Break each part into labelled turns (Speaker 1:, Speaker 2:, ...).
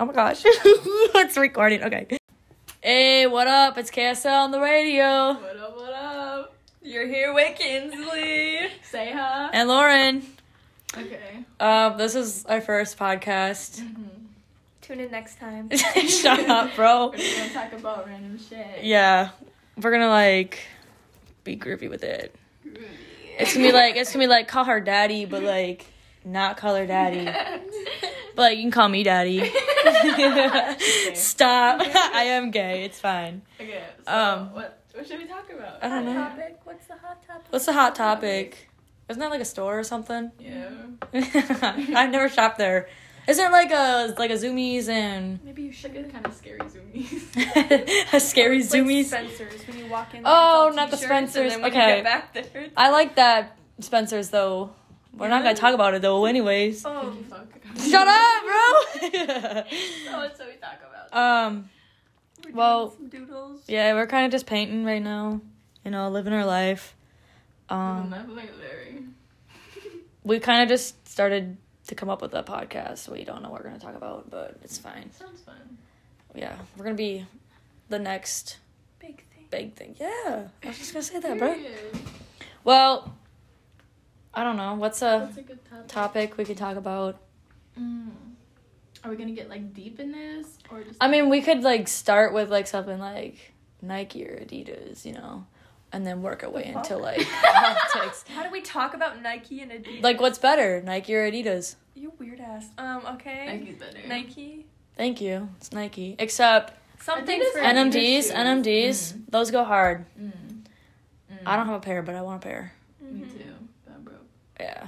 Speaker 1: Oh my gosh. it's recording. Okay. Hey, what up? It's KSL on the radio.
Speaker 2: What up, what up?
Speaker 1: You're here with Kinsley
Speaker 2: Say hi.
Speaker 1: and Lauren.
Speaker 2: Okay. Mm-hmm.
Speaker 1: Um, this is our first podcast.
Speaker 3: Tune in next time.
Speaker 1: Shut up, bro.
Speaker 2: We're gonna talk about random shit.
Speaker 1: Yeah. We're gonna like be groovy with it. It's gonna be like it's gonna be like call her daddy, but like not call her daddy. But like, you can call me daddy. Stop. I am gay. It's fine.
Speaker 2: okay. So
Speaker 1: Um,
Speaker 2: what what should we talk about?
Speaker 1: I don't
Speaker 3: Hot
Speaker 1: know.
Speaker 3: topic? What's the hot topic?
Speaker 1: What's the hot topic? Isn't that like a store or something?
Speaker 2: Yeah.
Speaker 1: I've never shopped there. Isn't it like a like a Zoomies and
Speaker 2: Maybe you should get kind of scary zoomies.
Speaker 1: a scary
Speaker 3: It's like
Speaker 1: Zoomies?
Speaker 3: Spencer's when you walk in.
Speaker 1: Oh,
Speaker 3: it's all
Speaker 1: not the
Speaker 3: t-shirts, and
Speaker 1: Spencer's.
Speaker 3: then when you
Speaker 1: Okay.
Speaker 3: get back there-
Speaker 1: I like that Spencer's though. We're not gonna talk about it though, anyways.
Speaker 3: Oh,
Speaker 2: Fuck.
Speaker 1: Shut up,
Speaker 2: So what should we talk about?
Speaker 1: bro. um.
Speaker 3: we're doing
Speaker 1: Well,
Speaker 3: some doodles.
Speaker 1: Yeah, we're kind of just painting right now. You know, living our life.
Speaker 2: Um,
Speaker 3: Mm-hmm.
Speaker 1: Um,
Speaker 2: nothing very.
Speaker 1: we kind of just started to come up with a podcast. We don't know what we're gonna talk about, but it's fine.
Speaker 2: Sounds fun.
Speaker 1: Yeah, we're gonna be the next
Speaker 3: big thing.
Speaker 1: big thing. Yeah, I was just gonna say that, bro.
Speaker 2: Period.
Speaker 1: Well, I don't know. What's a
Speaker 2: That's a good topic.
Speaker 1: Uh, topic we could talk about?
Speaker 2: Mm. Are we gonna get like deep in this or just?
Speaker 1: I mean, we could like start with like something like Nike or Adidas, you know, and then work our way
Speaker 3: fuck?
Speaker 1: into like politics.
Speaker 3: How do we talk about Nike and Adidas?
Speaker 1: Like, what's better, Nike or Adidas?
Speaker 3: you weird ass. Um, okay.
Speaker 2: Nike's better.
Speaker 3: Nike.
Speaker 1: Thank you. It's Nike. Except
Speaker 3: Something
Speaker 2: Adidas
Speaker 3: for
Speaker 2: and Adidas
Speaker 1: NMDs,
Speaker 2: shoes.
Speaker 1: NMDs, those go hard.
Speaker 2: Mm. Mm.
Speaker 1: I don't have a pair, but I want a pair.
Speaker 2: Me
Speaker 3: Mhm.
Speaker 2: too. That broke.
Speaker 1: Yeah.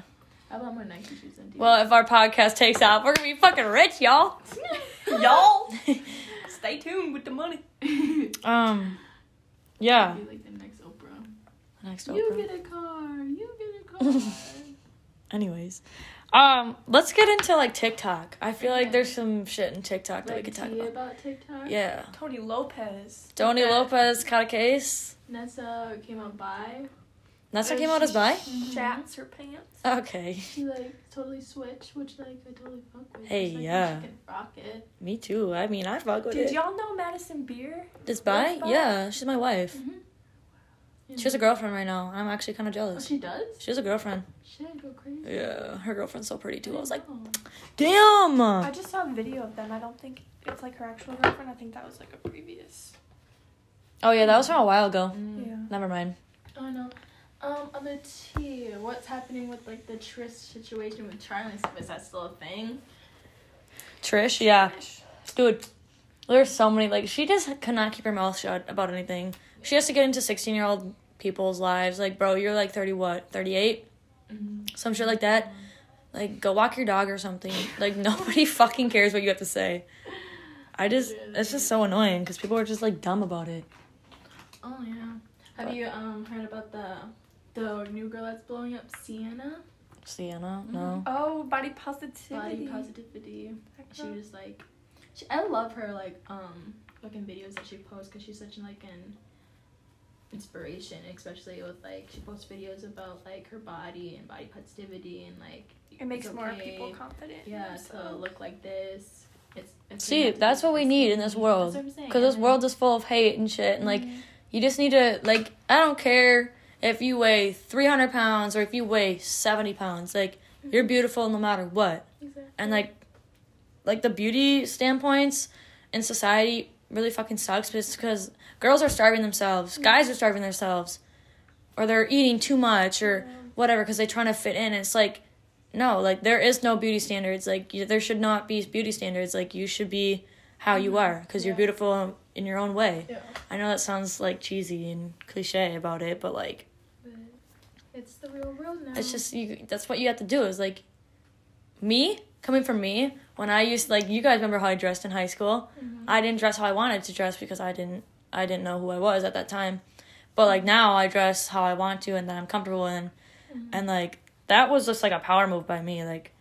Speaker 2: I bought more Nike shoes than Adidas.
Speaker 1: Well, if our podcast takes off, we're gonna be fucking rich, y'all.
Speaker 3: Y'all, stay tuned with the money.
Speaker 1: Um. Yeah.
Speaker 2: Be like the next Oprah.
Speaker 1: Next
Speaker 2: You
Speaker 1: Oprah.
Speaker 2: get a car. You get a car.
Speaker 1: Anyways, um, let's get into like TikTok. I feel like
Speaker 2: Okay.
Speaker 1: there's some shit in TikTok that we
Speaker 2: like
Speaker 1: could talk
Speaker 2: tea
Speaker 1: about.
Speaker 2: about TikTok.
Speaker 1: Yeah.
Speaker 3: Tony Lopez.
Speaker 1: Tony
Speaker 3: Yeah.
Speaker 1: Lopez caught a case.
Speaker 2: Nessa came out by.
Speaker 1: That's
Speaker 3: Oh,
Speaker 1: what
Speaker 2: Uh,
Speaker 1: came out as Uh, bi?
Speaker 3: Shats her pants.
Speaker 1: Okay.
Speaker 2: She like totally switched, which like I totally fuck with.
Speaker 1: Hey,
Speaker 2: It's like,
Speaker 1: yeah.
Speaker 2: She can rock it.
Speaker 1: Me too. I mean, I fuck with
Speaker 3: Did
Speaker 1: it.
Speaker 3: y'all know Madison Beer?
Speaker 1: This bi?
Speaker 3: That's bi?
Speaker 1: Yeah, she's my wife.
Speaker 2: Mm-hmm.
Speaker 1: She has a girlfriend right now. I'm actually kind of
Speaker 2: Oh,
Speaker 1: jealous.
Speaker 2: she does.
Speaker 1: She has a girlfriend.
Speaker 2: Shit, go crazy. Oh.
Speaker 1: Yeah, her girlfriend's so pretty too. I was like,
Speaker 2: know.
Speaker 1: damn.
Speaker 3: I just saw a video of them. I don't think it's like her actual girlfriend. I think that was like a previous.
Speaker 1: Oh yeah, that was from a while ago.
Speaker 2: Mm.
Speaker 3: Yeah.
Speaker 1: Never mind.
Speaker 2: Oh no. Um, other tea. What's happening with like the Tris situation with Charlie? Is that still a thing?
Speaker 1: Trish, yeah, dude. There's so many. Like she just cannot keep her mouth shut about anything. She has to get into 16 year old people's lives. Like, bro, you're like 30 what? 38?
Speaker 2: Mm-hmm.
Speaker 1: Some shit like that. Like, go walk your dog or something. Like, nobody fucking cares what you have to say. I just, it's just so annoying because people are just like dumb about it.
Speaker 2: Oh yeah. Have you um heard about the the new girl that's blowing up, Sienna?
Speaker 1: Sienna, no.
Speaker 3: Oh, body positivity.
Speaker 2: Body positivity. She
Speaker 3: Girl.
Speaker 2: was like, she, I love her like um fucking videos that she posts because she's such like an inspiration, especially with like she posts videos about like her body and body positivity and like
Speaker 3: It makes
Speaker 2: it's
Speaker 3: more
Speaker 2: okay,
Speaker 3: people confident. in
Speaker 2: Yeah, to
Speaker 3: themselves.
Speaker 2: look like this. It's, it's
Speaker 1: See,
Speaker 2: not to
Speaker 1: that's
Speaker 2: look
Speaker 1: what we
Speaker 2: this
Speaker 1: need in
Speaker 2: way.
Speaker 1: this world.
Speaker 2: That's what I'm saying.
Speaker 1: Because this world is full of hate and shit. And like,
Speaker 2: Mm-hmm.
Speaker 1: you just need to, like, I don't care if you weigh 300 pounds or if you weigh 70 pounds. Like, you're beautiful no matter what.
Speaker 2: Mm-hmm. Exactly.
Speaker 1: and like like the beauty standpoints in society really fucking sucks because girls are starving
Speaker 2: Mm-hmm.
Speaker 1: themselves guys are starving themselves or they're eating too much or whatever because they're trying to fit in it's like no like there is no beauty standards like you, there should not be beauty standards like you should be how you are because you're
Speaker 2: Mm-hmm. Yeah.
Speaker 1: beautiful in your own way
Speaker 2: Yeah.
Speaker 1: i know that sounds like cheesy and cliche about it but like
Speaker 2: But it's the real world now.
Speaker 1: it's just you that's what you have to do is like me coming from me when i used like you guys remember how i dressed in high school
Speaker 3: Mm-hmm.
Speaker 1: i didn't dress how i wanted to dress because i didn't i didn't know who i was at that time but like now i dress how i want to and that i'm comfortable in and like that was just like a power move by me like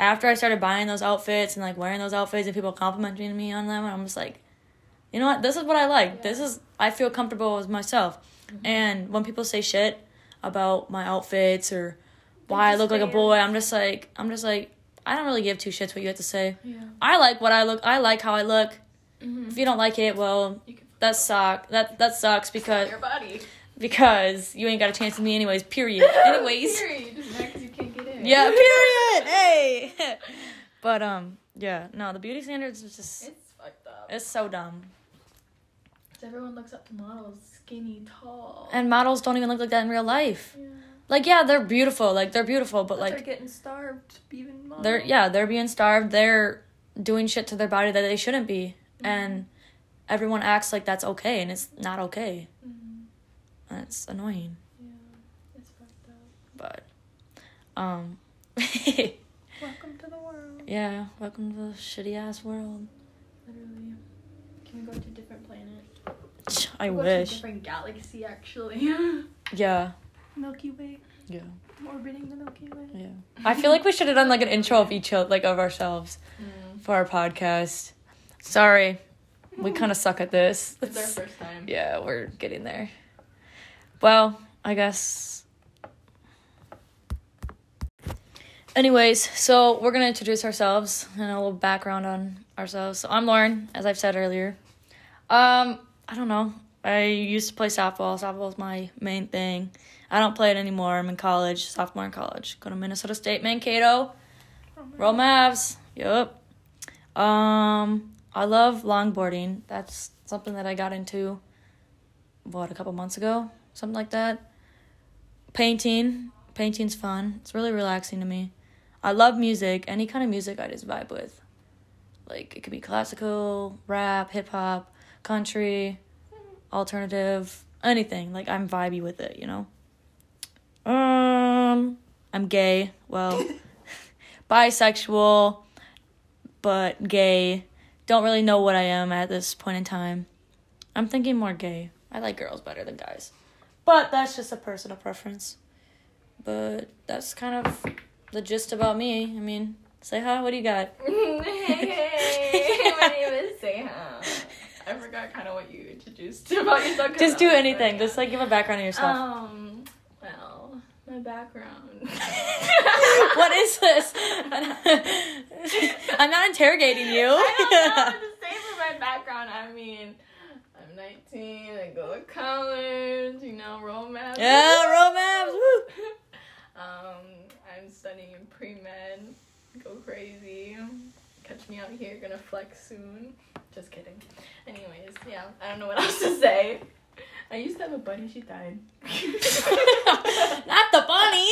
Speaker 1: after i started buying those outfits and like wearing those outfits and people complimenting me on them and i'm just like you know what this is what i like this
Speaker 2: Yeah.
Speaker 1: is i feel comfortable with myself
Speaker 2: Mm-hmm.
Speaker 1: and when people say shit about my outfits or why I
Speaker 3: just
Speaker 1: look like a
Speaker 3: fans.
Speaker 1: boy, I'm just like I'm just like I don't really give two shits what you have to say.
Speaker 2: Yeah.
Speaker 1: I like what I look. I like how I look.
Speaker 2: Mm-hmm.
Speaker 1: If you don't like it, well,
Speaker 2: You can fuck
Speaker 1: that suck. That that sucks because
Speaker 2: your body.
Speaker 1: because you ain't got a chance with me anyways. Period. Anyways.
Speaker 2: Period. Because you can't get in.
Speaker 1: Yeah. Period. Hey. but um. Yeah. No. The beauty standards is just
Speaker 2: It's fucked up.
Speaker 1: it's so dumb.
Speaker 2: So everyone looks up to models, skinny, tall.
Speaker 1: And models don't even look like that in real life.
Speaker 2: yeah.
Speaker 1: Like yeah, they're beautiful. Like they're beautiful, but
Speaker 3: they're
Speaker 1: like
Speaker 3: getting starved, even model.
Speaker 1: they're yeah they're being starved they're doing shit to their body that they shouldn't be and everyone acts like that's okay and it's not okay
Speaker 2: Mhm.
Speaker 1: that's annoying
Speaker 2: Yeah. It's fucked up.
Speaker 1: but um
Speaker 3: Welcome to the world.
Speaker 1: yeah welcome to the shitty ass world
Speaker 2: Literally. Can we go to a different planet?
Speaker 1: i
Speaker 2: Go to a
Speaker 1: wish
Speaker 2: different galaxy, actually.
Speaker 1: yeah
Speaker 3: Milky Way.
Speaker 1: yeah
Speaker 3: Orbiting the Milky Way.
Speaker 1: yeah i feel like we should have done like an intro of each other like of ourselves
Speaker 2: Mm.
Speaker 1: for our podcast sorry we kind of suck at this
Speaker 2: It's our first time.
Speaker 1: yeah we're getting there well i guess anyways so we're gonna introduce ourselves and a little background on ourselves so i'm lauren as i've said earlier um i don't know i used to play softball softball's my main thing i don't play it anymore i'm in college sophomore in college go to minnesota state mankato roll mavs yep um i love longboarding that's something that i got into what a couple months ago, something like that. Painting, painting's fun. It's really relaxing to me. I love music, any kind of music I just vibe with. Like it could be classical, rap, hip hop, country, alternative, anything. Like I'm vibey with it, you know. Um, I'm gay. Well, bisexual, but gay. Don't really know what I am at this point in time. I'm thinking more gay. I like girls better than guys. But that's just a personal preference. But that's kind of the gist about me. I mean, say hi, what do you got?
Speaker 2: hey, my name is Sam. I forgot kind of what you introduced about yourself. 'cause
Speaker 1: Just do
Speaker 2: I was
Speaker 1: anything.
Speaker 2: like,
Speaker 1: Just like give a background on yourself.
Speaker 2: Um. Well, my background.
Speaker 1: what is this? I'm not interrogating you.
Speaker 2: I don't know what to say for my background. I mean, I'm 19. I go to college. You know, roll math.
Speaker 1: yeah, romance. Woo.
Speaker 2: um, I'm studying pre med. Go crazy. Catch me out here. Gonna flex soon. Just kidding. Anyways, yeah, I don't know what else to say. I used to have a buddy. She died.
Speaker 1: not the bunny.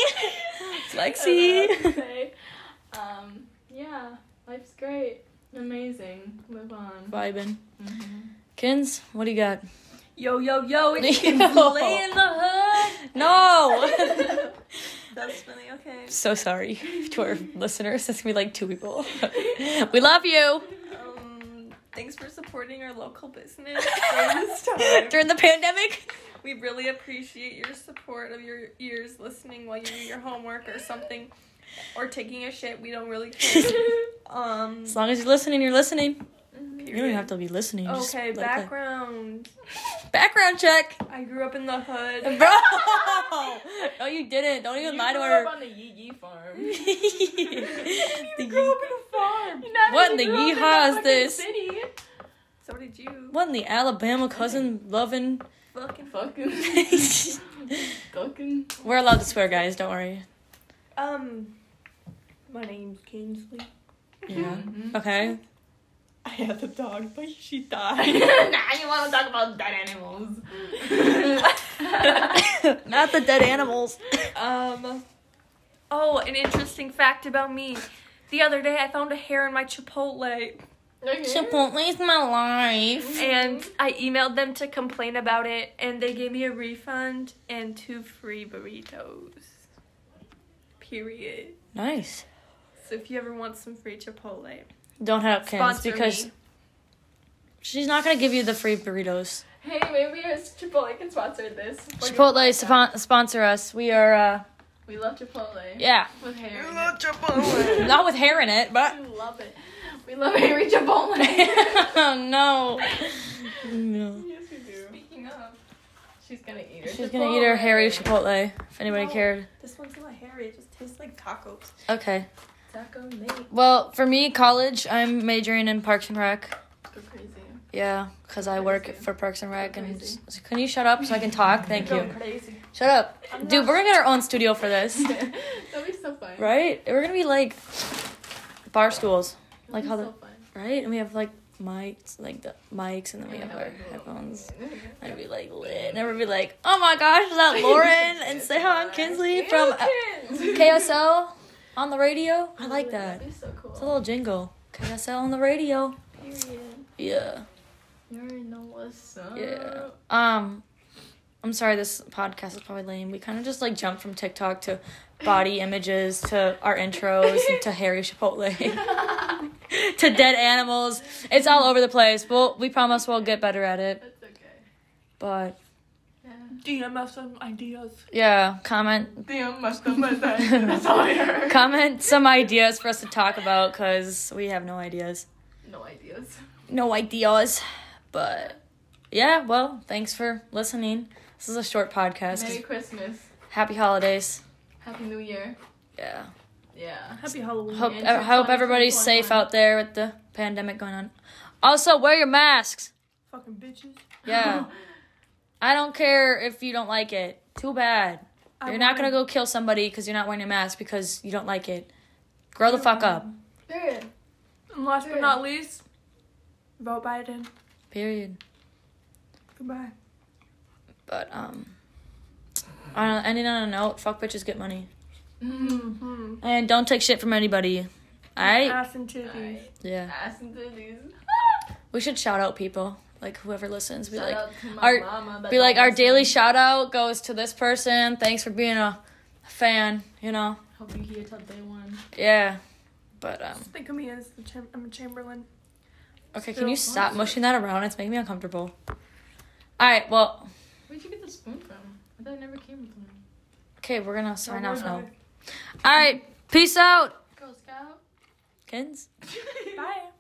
Speaker 1: Flexi.
Speaker 2: I don't know what to say. Um, yeah, life's great. Amazing. Live on.
Speaker 1: Vibin.
Speaker 3: Mm-hmm.
Speaker 2: Mhm.
Speaker 1: Kins, what do you got?
Speaker 3: Yo, yo, yo. It's
Speaker 1: Yo.
Speaker 3: Kinsley in the hood.
Speaker 1: No.
Speaker 3: That's funny. Okay.
Speaker 1: so sorry to our listeners. That's gonna be like two people. we love you
Speaker 3: Um, thanks for supporting our local business during this time.
Speaker 1: during the pandemic.
Speaker 3: We really appreciate your support of your ears listening while you do your homework or something, or taking a shit. We don't really care. Um,
Speaker 1: As long as you're listening, you're listening. You don't
Speaker 3: period.
Speaker 1: have to be listening. you just
Speaker 3: Okay,
Speaker 1: like that.
Speaker 3: background.
Speaker 1: background check,
Speaker 3: I grew up in the hood.
Speaker 1: bro. no, you didn't. Don't even
Speaker 2: you
Speaker 1: lie to
Speaker 2: grew
Speaker 1: her.
Speaker 2: up on the Yee Yee farm.
Speaker 1: The
Speaker 3: grew
Speaker 1: ye-
Speaker 3: up in a farm.
Speaker 1: What in the yeehaw is this?
Speaker 3: So did you.
Speaker 1: What in the Alabama cousin loving?
Speaker 3: Fucking
Speaker 2: Fucking, fucking.
Speaker 1: We're allowed to swear, guys. Don't worry.
Speaker 3: Um, my name's Kingsley.
Speaker 1: Yeah.
Speaker 2: Mm-hmm.
Speaker 1: Okay.
Speaker 3: I had a dog, but she
Speaker 2: nah,
Speaker 3: died.
Speaker 2: you want to talk about dead animals.
Speaker 1: Not the dead animals.
Speaker 3: Um. Oh, an interesting fact about me. The other day, I found a hair in my Chipotle,
Speaker 1: Chipotle's my life.
Speaker 3: and I emailed them to complain about it, and they gave me a refund and two free burritos. Period.
Speaker 1: Nice.
Speaker 3: So if you ever want some free Chipotle,
Speaker 1: Don't have Kins
Speaker 3: sponsor
Speaker 1: because
Speaker 3: me.
Speaker 1: she's not gonna give you the free burritos.
Speaker 2: Hey, maybe it's Chipotle can sponsor this. Fucking
Speaker 1: Chipotle
Speaker 2: podcast.
Speaker 1: spon- sponsor us. We are, uh,
Speaker 2: We love Chipotle.
Speaker 1: yeah,
Speaker 2: With hair. in
Speaker 1: not with hair in it, but.
Speaker 2: it. We love it. We love Harry Chipotle.
Speaker 1: oh no. No.
Speaker 2: Yes, we do. Speaking of, she's gonna eat her.
Speaker 1: She's gonna eat her hairy Chipotle, if anybody
Speaker 3: No.
Speaker 1: cared.
Speaker 3: This one's not hairy. It just tastes like tacos.
Speaker 1: Okay.
Speaker 2: Taco Nate.
Speaker 1: Well, for me, college, I'm majoring in Parks and Rec.
Speaker 2: Go crazy.
Speaker 1: Yeah, because I work
Speaker 2: Crazy.
Speaker 1: for Parks and Rec.
Speaker 2: Go
Speaker 1: And
Speaker 2: crazy.
Speaker 1: s- can you shut up so I can talk? Thank
Speaker 2: Go
Speaker 1: you.
Speaker 2: crazy.
Speaker 1: Shut up,
Speaker 3: I'm
Speaker 1: dude.
Speaker 3: not-
Speaker 1: We're gonna get our own studio for this,
Speaker 2: That'd be so fun.
Speaker 1: right? We're gonna be like bar stools,
Speaker 2: That'd
Speaker 1: like
Speaker 2: be
Speaker 1: how
Speaker 2: so
Speaker 1: the
Speaker 2: fun.
Speaker 1: right, and we have like mics, like the mics, and then we
Speaker 2: Yeah,
Speaker 1: have our
Speaker 2: like,
Speaker 1: headphones.
Speaker 2: Yeah.
Speaker 1: I'd be like lit. Never be like, oh my gosh, is that Lauren? and say hi, I'm Kinsley from uh, KSL on the radio. I like that.
Speaker 2: That'd be so cool.
Speaker 1: It's a little jingle. KSL on the radio.
Speaker 2: Period.
Speaker 1: Yeah.
Speaker 2: You already know what's up.
Speaker 1: Yeah. Um, I'm sorry, this podcast is probably lame. We kind of just like jumped from TikTok to body images to our intros and to Harry Chipotle
Speaker 2: That's
Speaker 1: to dead animals. It's all over the place. Well, we promise we'll get better at it.
Speaker 2: okay.
Speaker 1: But
Speaker 2: Yeah.
Speaker 3: DM some ideas.
Speaker 1: yeah, comment
Speaker 3: DM must have my That's all I heard.
Speaker 1: comment some ideas for us to talk about because we have no ideas.
Speaker 2: No ideas.
Speaker 1: No ideas. But yeah, well, thanks for listening. This is a short podcast.
Speaker 2: Merry
Speaker 1: 'cause-
Speaker 2: Christmas.
Speaker 1: Happy holidays.
Speaker 2: Happy New Year.
Speaker 1: Yeah.
Speaker 2: Yeah.
Speaker 3: Happy Halloween.
Speaker 1: Hope
Speaker 2: and
Speaker 1: I
Speaker 2: to
Speaker 1: hope
Speaker 2: 2021.
Speaker 1: everybody's safe out there with the pandemic going on. Also, wear your masks.
Speaker 3: Fucking bitches.
Speaker 1: Yeah. I don't care if you don't like it. Too bad.
Speaker 3: I
Speaker 1: You're not
Speaker 3: wanna-
Speaker 1: gonna go kill somebody because you're not wearing your mask because you don't like it. Grow the fuck up.
Speaker 2: Period.
Speaker 3: And last but
Speaker 2: Sure.
Speaker 3: not least, vote Biden.
Speaker 1: Period.
Speaker 3: Goodbye.
Speaker 1: But um, on a, ending on a note, fuck bitches get money
Speaker 2: Mm.
Speaker 3: Mm-hmm.
Speaker 1: and don't take shit from anybody. All right?
Speaker 3: Ass and titties.
Speaker 2: Alright.
Speaker 1: Yeah.
Speaker 2: Ass and titties.
Speaker 1: We should shout out people like whoever listens. Be
Speaker 2: Shout
Speaker 1: like,
Speaker 2: out to my
Speaker 1: our-
Speaker 2: mama, but
Speaker 1: be like
Speaker 2: don't
Speaker 1: our
Speaker 2: listen.
Speaker 1: daily shout out goes to this person. Thanks for being a fan. You know.
Speaker 2: Hope you here till day one.
Speaker 1: Yeah. But um.
Speaker 3: Just think of me as the cham- I'm a Chamberlain.
Speaker 1: Okay,
Speaker 3: Still
Speaker 1: can you stop
Speaker 3: awesome.
Speaker 1: mushing that around? It's making me uncomfortable. All right. Well.
Speaker 2: Where'd you get the spoon from? I thought it never came from.
Speaker 1: Okay, we're gonna sign
Speaker 3: Don't
Speaker 1: off
Speaker 3: worry
Speaker 1: now. All right. Peace out,
Speaker 2: Girl Scout.
Speaker 1: kids.
Speaker 3: about it. Bye.